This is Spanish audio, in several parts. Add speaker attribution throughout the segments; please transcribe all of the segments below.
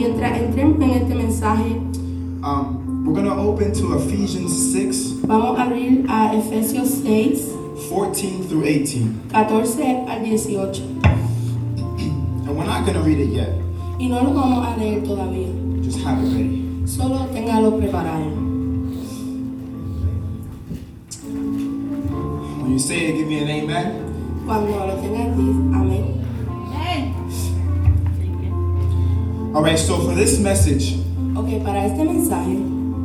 Speaker 1: Mientras entremos en este mensaje,
Speaker 2: Um, we're going to open to Ephesians 6
Speaker 1: vamos a abrir a Efesios 6,
Speaker 2: 14 through 18.
Speaker 1: 14 al 18.
Speaker 2: And we're not going to read it yet,
Speaker 1: Y no lo vamos a leer todavía,
Speaker 2: just have it ready.
Speaker 1: solo téngalo preparado.
Speaker 2: When you say it, give me an amen.
Speaker 1: Cuando lo tengas, di amén.
Speaker 2: All right, so for this message,
Speaker 1: Ok, para este mensaje,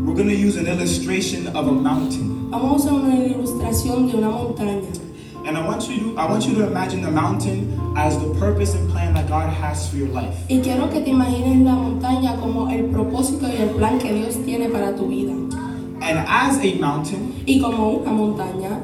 Speaker 2: we're going to use an illustration of a mountain.
Speaker 1: vamos a usar una ilustración de una montaña.
Speaker 2: And I want you to, I want you to imagine the mountain as the purpose and plan that God has for your life.
Speaker 1: Y quiero que te imagines la montaña como el propósito y el plan que Dios tiene para tu vida.
Speaker 2: And as a mountain,
Speaker 1: Y como una montaña,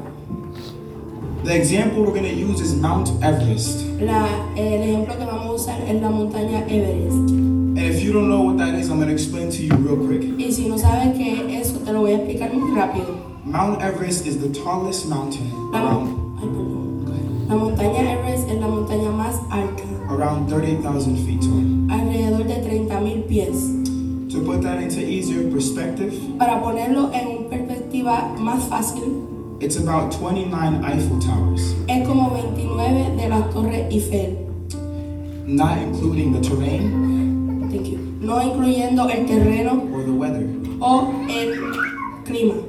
Speaker 2: the example we're going to use is Mount Everest.
Speaker 1: la- el ejemplo que vamos a usar es la montaña Everest.
Speaker 2: And if you don't know what that is, I'm going to explain to you real quick.
Speaker 1: Y si no sabes qué es eso, te lo voy a explicar muy rápido.
Speaker 2: Mount Everest is the tallest mountain
Speaker 1: La,
Speaker 2: around,
Speaker 1: mon- ay, perdón. La montaña Everest es la montaña más alta,
Speaker 2: around 38,000 feet tall.
Speaker 1: alrededor de 30.000 pies.
Speaker 2: To put that into easier perspective,
Speaker 1: Para ponerlo en una perspectiva más fácil,
Speaker 2: it's about 29 Eiffel Towers,
Speaker 1: es como 29 de las Torres Eiffel.
Speaker 2: not including the terrain
Speaker 1: Thank you. No incluyendo el terreno
Speaker 2: or the weather.
Speaker 1: o el clima.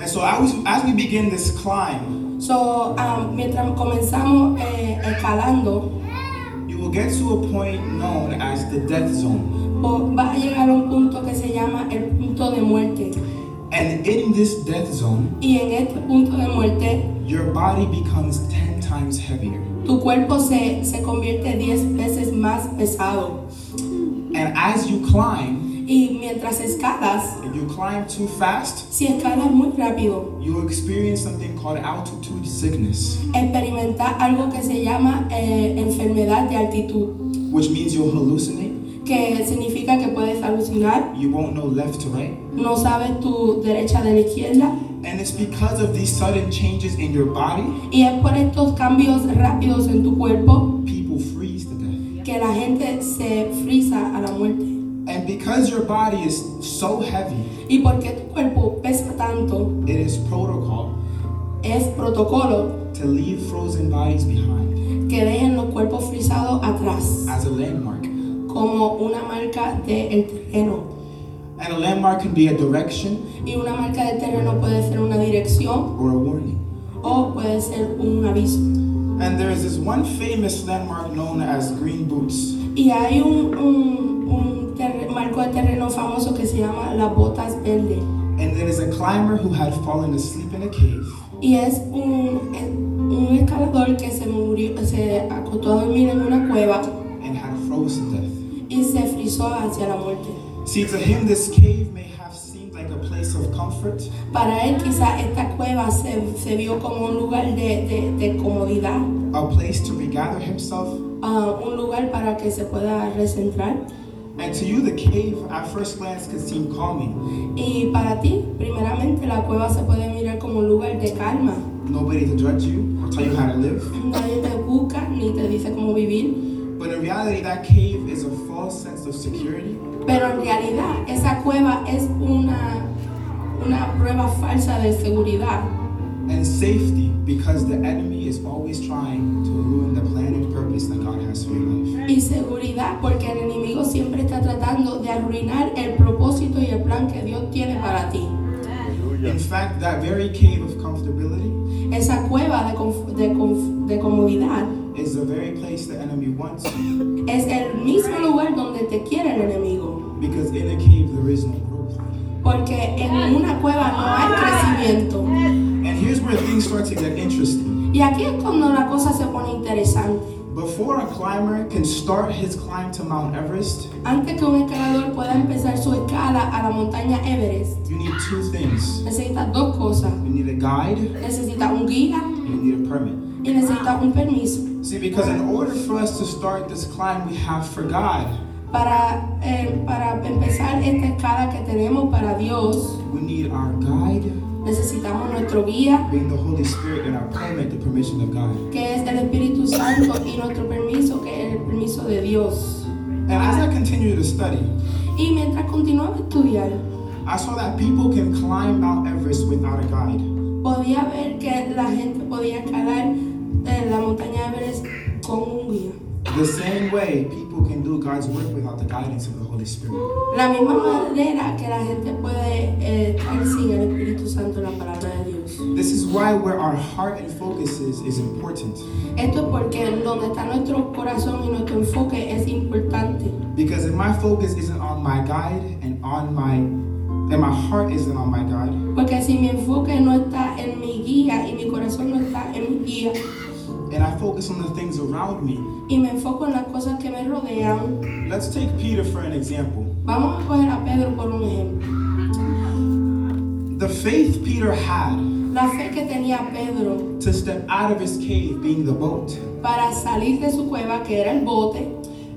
Speaker 2: And so as, as we begin this climb,
Speaker 1: So, ah, mientras comenzamos eh, escalando,
Speaker 2: you will get to a point known as the death zone.
Speaker 1: o- oh, vas a llegar a un punto que se llama el punto de muerte.
Speaker 2: And in this death zone,
Speaker 1: Y en este punto de muerte,
Speaker 2: your body becomes 10 times heavier.
Speaker 1: tu cuerpo se, se convierte 10 veces más pesado.
Speaker 2: And as you climb,
Speaker 1: Y mientras escalas,
Speaker 2: if you climb too fast,
Speaker 1: si escalas muy rápido,
Speaker 2: you'll experience something called altitude sickness,
Speaker 1: experimentas algo que se llama eh, enfermedad de altitud,
Speaker 2: which means you'll hallucinate,
Speaker 1: que significa que puedes alucinar,
Speaker 2: you won't know left to right.
Speaker 1: no sabes tu derecha de la izquierda.
Speaker 2: And it's because of these sudden changes in your body,
Speaker 1: Y es por estos cambios rápidos en tu cuerpo
Speaker 2: people freeze to death.
Speaker 1: que la gente se frisa a la muerte.
Speaker 2: And because your body is so heavy,
Speaker 1: Y porque tu cuerpo pesa tanto,
Speaker 2: it is protocol
Speaker 1: es protocolo
Speaker 2: to leave frozen bodies behind
Speaker 1: que dejen los cuerpos frisados atrás,
Speaker 2: as a landmark. And
Speaker 1: como una marca del terreno.
Speaker 2: a landmark can be a direction
Speaker 1: Y una marca del terreno puede ser una dirección
Speaker 2: or a warning.
Speaker 1: o puede ser un aviso.
Speaker 2: And there is this one famous landmark known as Green Boots.
Speaker 1: Y hay un, un- un terre- marco de terreno famoso que se llama las botas verdes.
Speaker 2: And there is a climber who had fallen asleep in a cave.
Speaker 1: Y es un, es un escalador que se murió, se acostó a dormir en una cueva
Speaker 2: and had frozen death.
Speaker 1: y se frizó hacia la muerte.
Speaker 2: See, to him, this cave may have seemed like a place of comfort,
Speaker 1: Para él quizá esta cueva se, se vio como un lugar de, de- de comodidad,
Speaker 2: a place to regather himself.
Speaker 1: ah, un lugar para que se pueda recentrar.
Speaker 2: And to you, the cave at first glance could seem calming.
Speaker 1: Y para ti, primeramente, la cueva se puede mirar como un lugar de calma.
Speaker 2: Nobody to judge you or tell you how to live.
Speaker 1: Nadie te busca ni te dice cómo vivir,
Speaker 2: But in reality, that cave is a false sense of security
Speaker 1: pero en realidad esa cueva es una, una prueba falsa de seguridad
Speaker 2: and safety because the enemy is always trying to ruin the plan and purpose that God has for your life.
Speaker 1: y seguridad porque el enemigo siempre está tratando de arruinar el propósito y el plan que Dios tiene para ti.
Speaker 2: In fact, that very cave of comfortability
Speaker 1: Esa cueva de, conf- de conf- de comodidad
Speaker 2: is the very place the enemy wants you
Speaker 1: es el mismo lugar donde te quiere el enemigo.
Speaker 2: because in a cave there is no growth.
Speaker 1: Porque en una cueva no hay crecimiento.
Speaker 2: And here's where things start to get interesting.
Speaker 1: Y aquí es cuando la cosa se pone interesante.
Speaker 2: Before a climber can start his climb to Mount Everest,
Speaker 1: Antes que un escalador pueda empezar su escala a la montaña Everest,
Speaker 2: you need two things.
Speaker 1: necesita dos cosas.
Speaker 2: You need a guide,
Speaker 1: Necesita un guía
Speaker 2: and you need a permit.
Speaker 1: y necesita un permiso.
Speaker 2: See, because in order for us to start this climb we have for God,
Speaker 1: Para, eh, para empezar esta escala que tenemos para Dios,
Speaker 2: we need our guide,
Speaker 1: necesitamos nuestro guía,
Speaker 2: being the Holy Spirit, and our permit, the permission of God.
Speaker 1: que es el Espíritu Santo, y nuestro permiso, que es el permiso de Dios.
Speaker 2: And And as I continued to study,
Speaker 1: Y mientras continuaba a estudiar,
Speaker 2: I saw that people can climb Mount Everest without a guide.
Speaker 1: podía ver que la gente podía escalar eh, la montaña Everest con un guía.
Speaker 2: The same way people can do God's work without the guidance of the Holy Spirit.
Speaker 1: La misma manera que la gente puede eh, estar sin el Espíritu Santo, la palabra de Dios.
Speaker 2: This is why where our heart and focus is is important.
Speaker 1: Esto es porque donde está nuestro corazón y nuestro enfoque es importante.
Speaker 2: Because if my focus isn't on my guide and on my and my heart isn't on my guide,
Speaker 1: Porque si mi enfoque no está en mi guía y mi corazón no está en mi guía
Speaker 2: and I focus on the things around me.
Speaker 1: y me enfoco en las cosas que me rodean,
Speaker 2: Let's take Peter for an example.
Speaker 1: vamos a coger a Pedro por un ejemplo.
Speaker 2: The faith Peter had
Speaker 1: La fe que tenía Pedro
Speaker 2: to step out of his cave being the boat
Speaker 1: para salir de su cueva, que era el bote,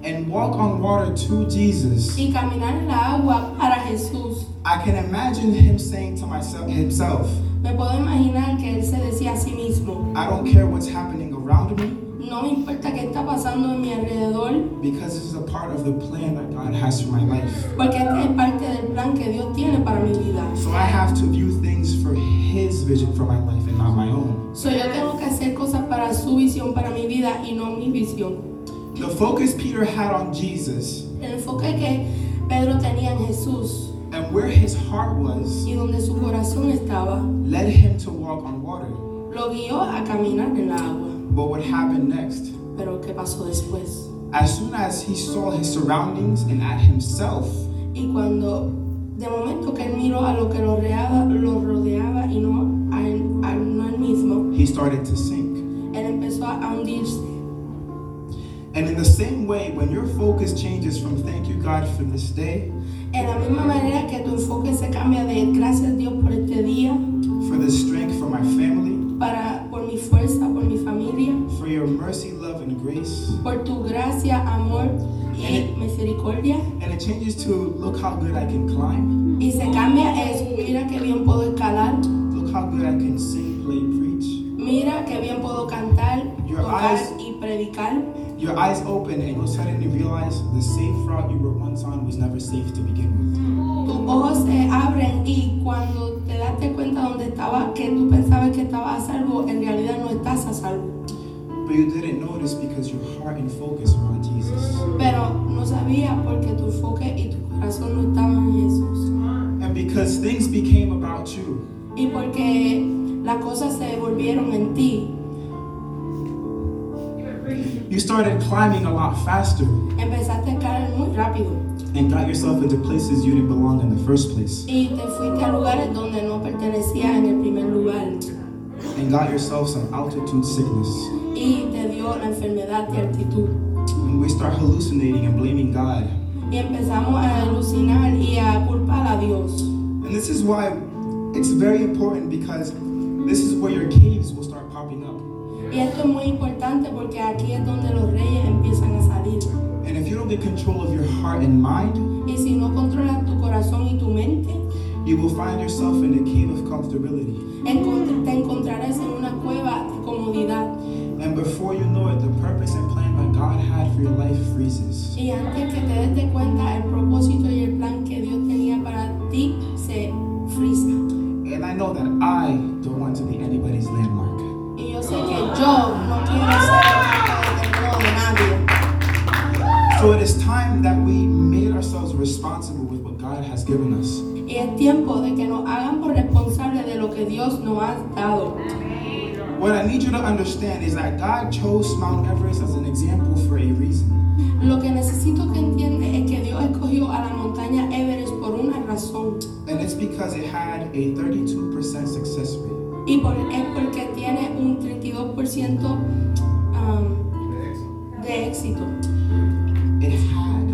Speaker 2: and walk on water to Jesus.
Speaker 1: y caminar en la agua para Jesús,
Speaker 2: I can imagine him saying to myself himself,
Speaker 1: me puedo imaginar que él se decía a sí mismo,
Speaker 2: I don't care what's happening around me.
Speaker 1: no me importa qué está pasando en mi alrededor,
Speaker 2: because this is a part of the plan that God has for my life.
Speaker 1: porque esta es parte del plan que Dios tiene para mi vida.
Speaker 2: So I have to view things for His vision for my life and not my own.
Speaker 1: So, yo tengo que hacer cosas para su visión, para mi vida y no mi visión.
Speaker 2: The focus Peter had on Jesus
Speaker 1: El enfoque que Pedro tenía en Jesús
Speaker 2: and where his heart was
Speaker 1: y donde su corazón estaba,
Speaker 2: led him to walk on water.
Speaker 1: lo guió a caminar en la agua.
Speaker 2: But what happened next?
Speaker 1: Pero ¿qué pasó después?
Speaker 2: As soon as he saw his surroundings and at himself,
Speaker 1: Y cuando de momento que él miró a lo que lo rodeaba, lo rodeaba y no a él, a no a él mismo,
Speaker 2: he started to sink.
Speaker 1: él empezó a hundirse.
Speaker 2: And in the same way, when your focus changes from thank you, God, for this day,
Speaker 1: En la misma manera que tu enfoque se cambia de gracias Dios por este día,
Speaker 2: for the strength for my family,
Speaker 1: para, por mi fuerza, por mi familia,
Speaker 2: for your mercy, love, and grace,
Speaker 1: por tu gracia, amor
Speaker 2: Eh.
Speaker 1: y misericordia.
Speaker 2: and it changes to look how good I can climb.
Speaker 1: Y se cambia es, mira qué bien puedo escalar.
Speaker 2: Look how good I can sing, play, preach.
Speaker 1: Mira que bien puedo cantar,
Speaker 2: Your
Speaker 1: tocar
Speaker 2: eyes-
Speaker 1: y predicar.
Speaker 2: Your eyes open and you'll suddenly realize the safe route you were once on was never safe to begin with.
Speaker 1: Tus ojos se abren y cuando te daste cuenta donde estaba, que tú pensabas que estabas a salvo, en realidad no estás a salvo.
Speaker 2: But you didn't notice because your heart and focus were on Jesus.
Speaker 1: Pero no sabía porque tu enfoque y tu corazón no estaban en Jesús.
Speaker 2: And because things became about you,
Speaker 1: Y porque las cosas se volvieron en ti,
Speaker 2: you started climbing a lot faster
Speaker 1: empezaste a escalar muy rápido
Speaker 2: and got yourself into places you didn't belong in the first place.
Speaker 1: y te fuiste a lugares donde no pertenecías en el primer lugar
Speaker 2: And got yourself some altitude sickness.
Speaker 1: y te dio la enfermedad de altitud.
Speaker 2: And we start hallucinating and blaming God.
Speaker 1: y empezamos a alucinar y a culpar a Dios.
Speaker 2: And this is why it's very important because this is where your caves will start popping up.
Speaker 1: Y esto es muy importante porque aquí es donde los reyes empiezan a salir.
Speaker 2: And if you don't get control of your heart and mind,
Speaker 1: Y si no controlas tu corazón y tu mente,
Speaker 2: you will find yourself in a cave of comfortability.
Speaker 1: encont- te encontrarás en una cueva de comodidad.
Speaker 2: And before you know it, the purpose and plan that God had for your life freezes.
Speaker 1: Y antes que te des de cuenta, el propósito y el plan que Dios tenía para ti se frisa.
Speaker 2: And I know that I don't want to be anybody's landmark.
Speaker 1: Y yo sé que yo no quiero ser el testigo de nadie.
Speaker 2: So it is time that we made ourselves responsible with what God has given us.
Speaker 1: Y es tiempo de que nos hagan por responsables de lo que Dios nos ha dado.
Speaker 2: What I need you to understand is that God chose Mount Everest as an example for a reason.
Speaker 1: Lo que necesito que entiendas es que Dios escogió a la montaña Everest por una razón
Speaker 2: And it's because it had a 32% success rate.
Speaker 1: y por, es porque tiene un 32% um, de éxito.
Speaker 2: It had,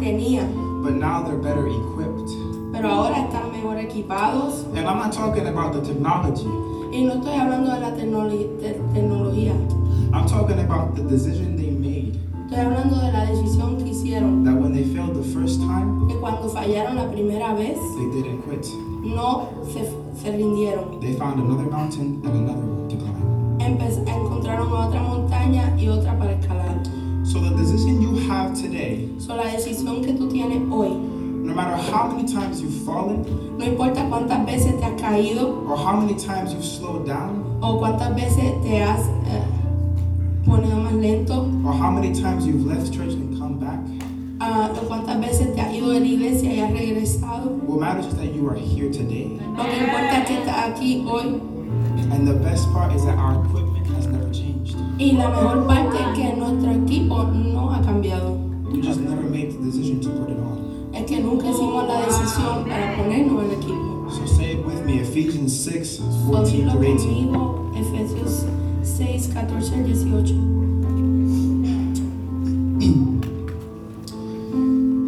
Speaker 1: Tenía,
Speaker 2: but now they're better equipped.
Speaker 1: pero ahora están mejor equipados
Speaker 2: And I'm not talking about the technology.
Speaker 1: y no estoy hablando de la tecnoli- te- tecnología,
Speaker 2: I'm talking about the decision they made
Speaker 1: estoy hablando de la decisión que hicieron,
Speaker 2: that when they failed the first time,
Speaker 1: que cuando fallaron la primera vez
Speaker 2: they didn't quit.
Speaker 1: no se, se rindieron,
Speaker 2: They found another mountain and another one to climb.
Speaker 1: Empe- encontraron otra montaña y otra para escalar.
Speaker 2: So the decision you have today,
Speaker 1: So, la decisión que tú tienes hoy,
Speaker 2: no matter how many times you've fallen
Speaker 1: no importa cuántas veces te has caído
Speaker 2: or how many times you've slowed down
Speaker 1: o cuántas veces te has eh, ponido más lento,
Speaker 2: or how many times you've left church and come back,
Speaker 1: ah, o cuántas veces te has ido de la iglesia y has regresado.
Speaker 2: what matters is that you are here today.
Speaker 1: Lo que importa es que estás aquí hoy.
Speaker 2: And the best part is that our equipment has never changed.
Speaker 1: Y la mejor parte es que nuestro equipo no ha cambiado.
Speaker 2: We just never made the decision to put it on.
Speaker 1: Es que nunca hicimos la decisión para ponernos el equipo.
Speaker 2: So say it with me Ephesians 6
Speaker 1: So,
Speaker 2: 14
Speaker 1: dilo
Speaker 2: through 18.
Speaker 1: conmigo, Efesios 6, 14 al 18.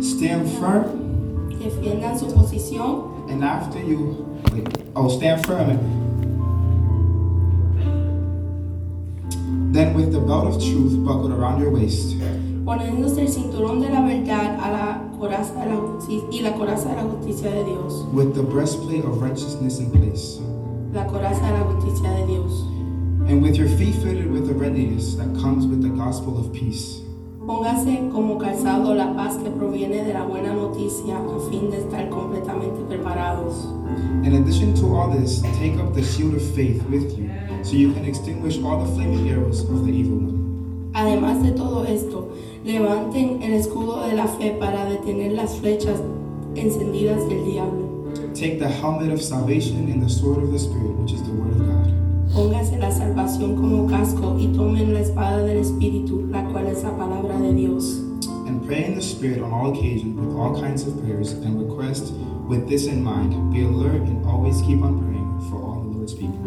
Speaker 2: Stand firm,
Speaker 1: Defiendan su posición.
Speaker 2: and after you. Wait, oh, stand firm. Then, with the belt of truth buckled around your waist,
Speaker 1: poniéndose el cinturón de la verdad a la coraza de la justicia y la coraza de la justicia de Dios,
Speaker 2: with the breastplate of righteousness in place,
Speaker 1: la coraza de la justicia de Dios.
Speaker 2: and with your feet fitted with the readiness that comes with the gospel of peace.
Speaker 1: Póngase como calzado la paz que proviene de la buena noticia a fin de estar completamente preparados.
Speaker 2: In addition to all this, take up the shield of faith with you, so you can extinguish all the flaming arrows of the evil one.
Speaker 1: Además de todo esto, levanten el escudo de la fe para detener las flechas encendidas del diablo.
Speaker 2: Take the helmet of salvation and the sword of the Spirit, which is the word of God.
Speaker 1: Póngase la salvación como casco y tomen la espada del Espíritu, la cual es la palabra de Dios.
Speaker 2: and pray in the Spirit on all occasions with all kinds of prayers and requests. With this in mind, be alert and always keep on praying for all the Lord's people.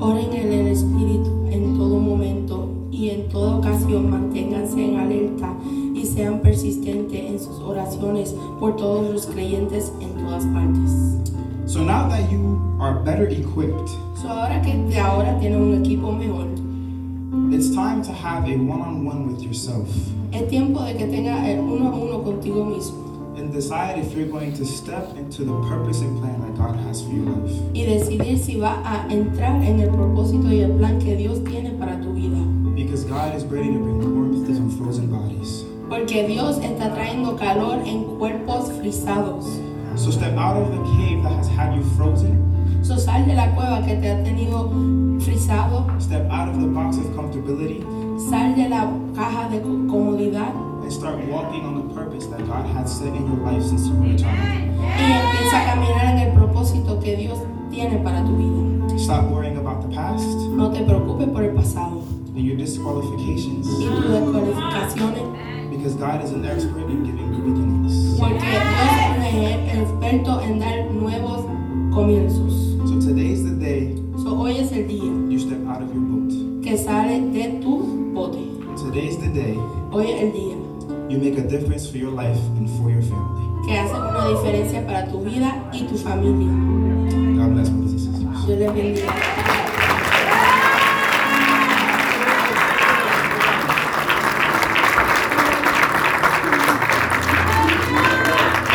Speaker 1: Oren en el Espíritu en todo momento y en toda ocasión manténganse en alerta y sean persistentes en sus oraciones por todos los creyentes en todas partes.
Speaker 2: So now that you are better equipped,
Speaker 1: So, ahora que de ahora tienen un equipo mejor,
Speaker 2: it's time to have a one-on-one with yourself
Speaker 1: es tiempo de que tenga el uno a uno contigo mismo
Speaker 2: and decide if you're going to step into the purpose and plan that God has for your life.
Speaker 1: y decidir si va a entrar en el propósito y el plan que Dios tiene para tu vida.
Speaker 2: Because God is ready to bring warmth to some frozen bodies.
Speaker 1: Porque Dios está trayendo calor en cuerpos frisados.
Speaker 2: So step out of the cave that has had you frozen.
Speaker 1: So, sal de la cueva que te ha tenido frisado.
Speaker 2: Step out of the box of comfortability
Speaker 1: Sal de la caja de co- comodidad
Speaker 2: and start walking on the purpose that God has set in your life since you were a child.
Speaker 1: y empieza a caminar en el propósito que Dios tiene para tu vida.
Speaker 2: Stop worrying about the past
Speaker 1: No te preocupes por el pasado
Speaker 2: and your
Speaker 1: y
Speaker 2: disqualifications
Speaker 1: tus descualificaciones,
Speaker 2: because God is an expert in giving new beginnings.
Speaker 1: porque Dios es un ejer- experto en dar nuevos comienzos.
Speaker 2: So today's the day
Speaker 1: So, hoy es el día
Speaker 2: you step out of your boat.
Speaker 1: que sales de tu bote.
Speaker 2: Today's the day
Speaker 1: Hoy es el día
Speaker 2: you make a difference for your life and for your family.
Speaker 1: que hace una diferencia para tu vida y tu familia.
Speaker 2: God bless brothers and sisters.
Speaker 1: Dios les bendiga.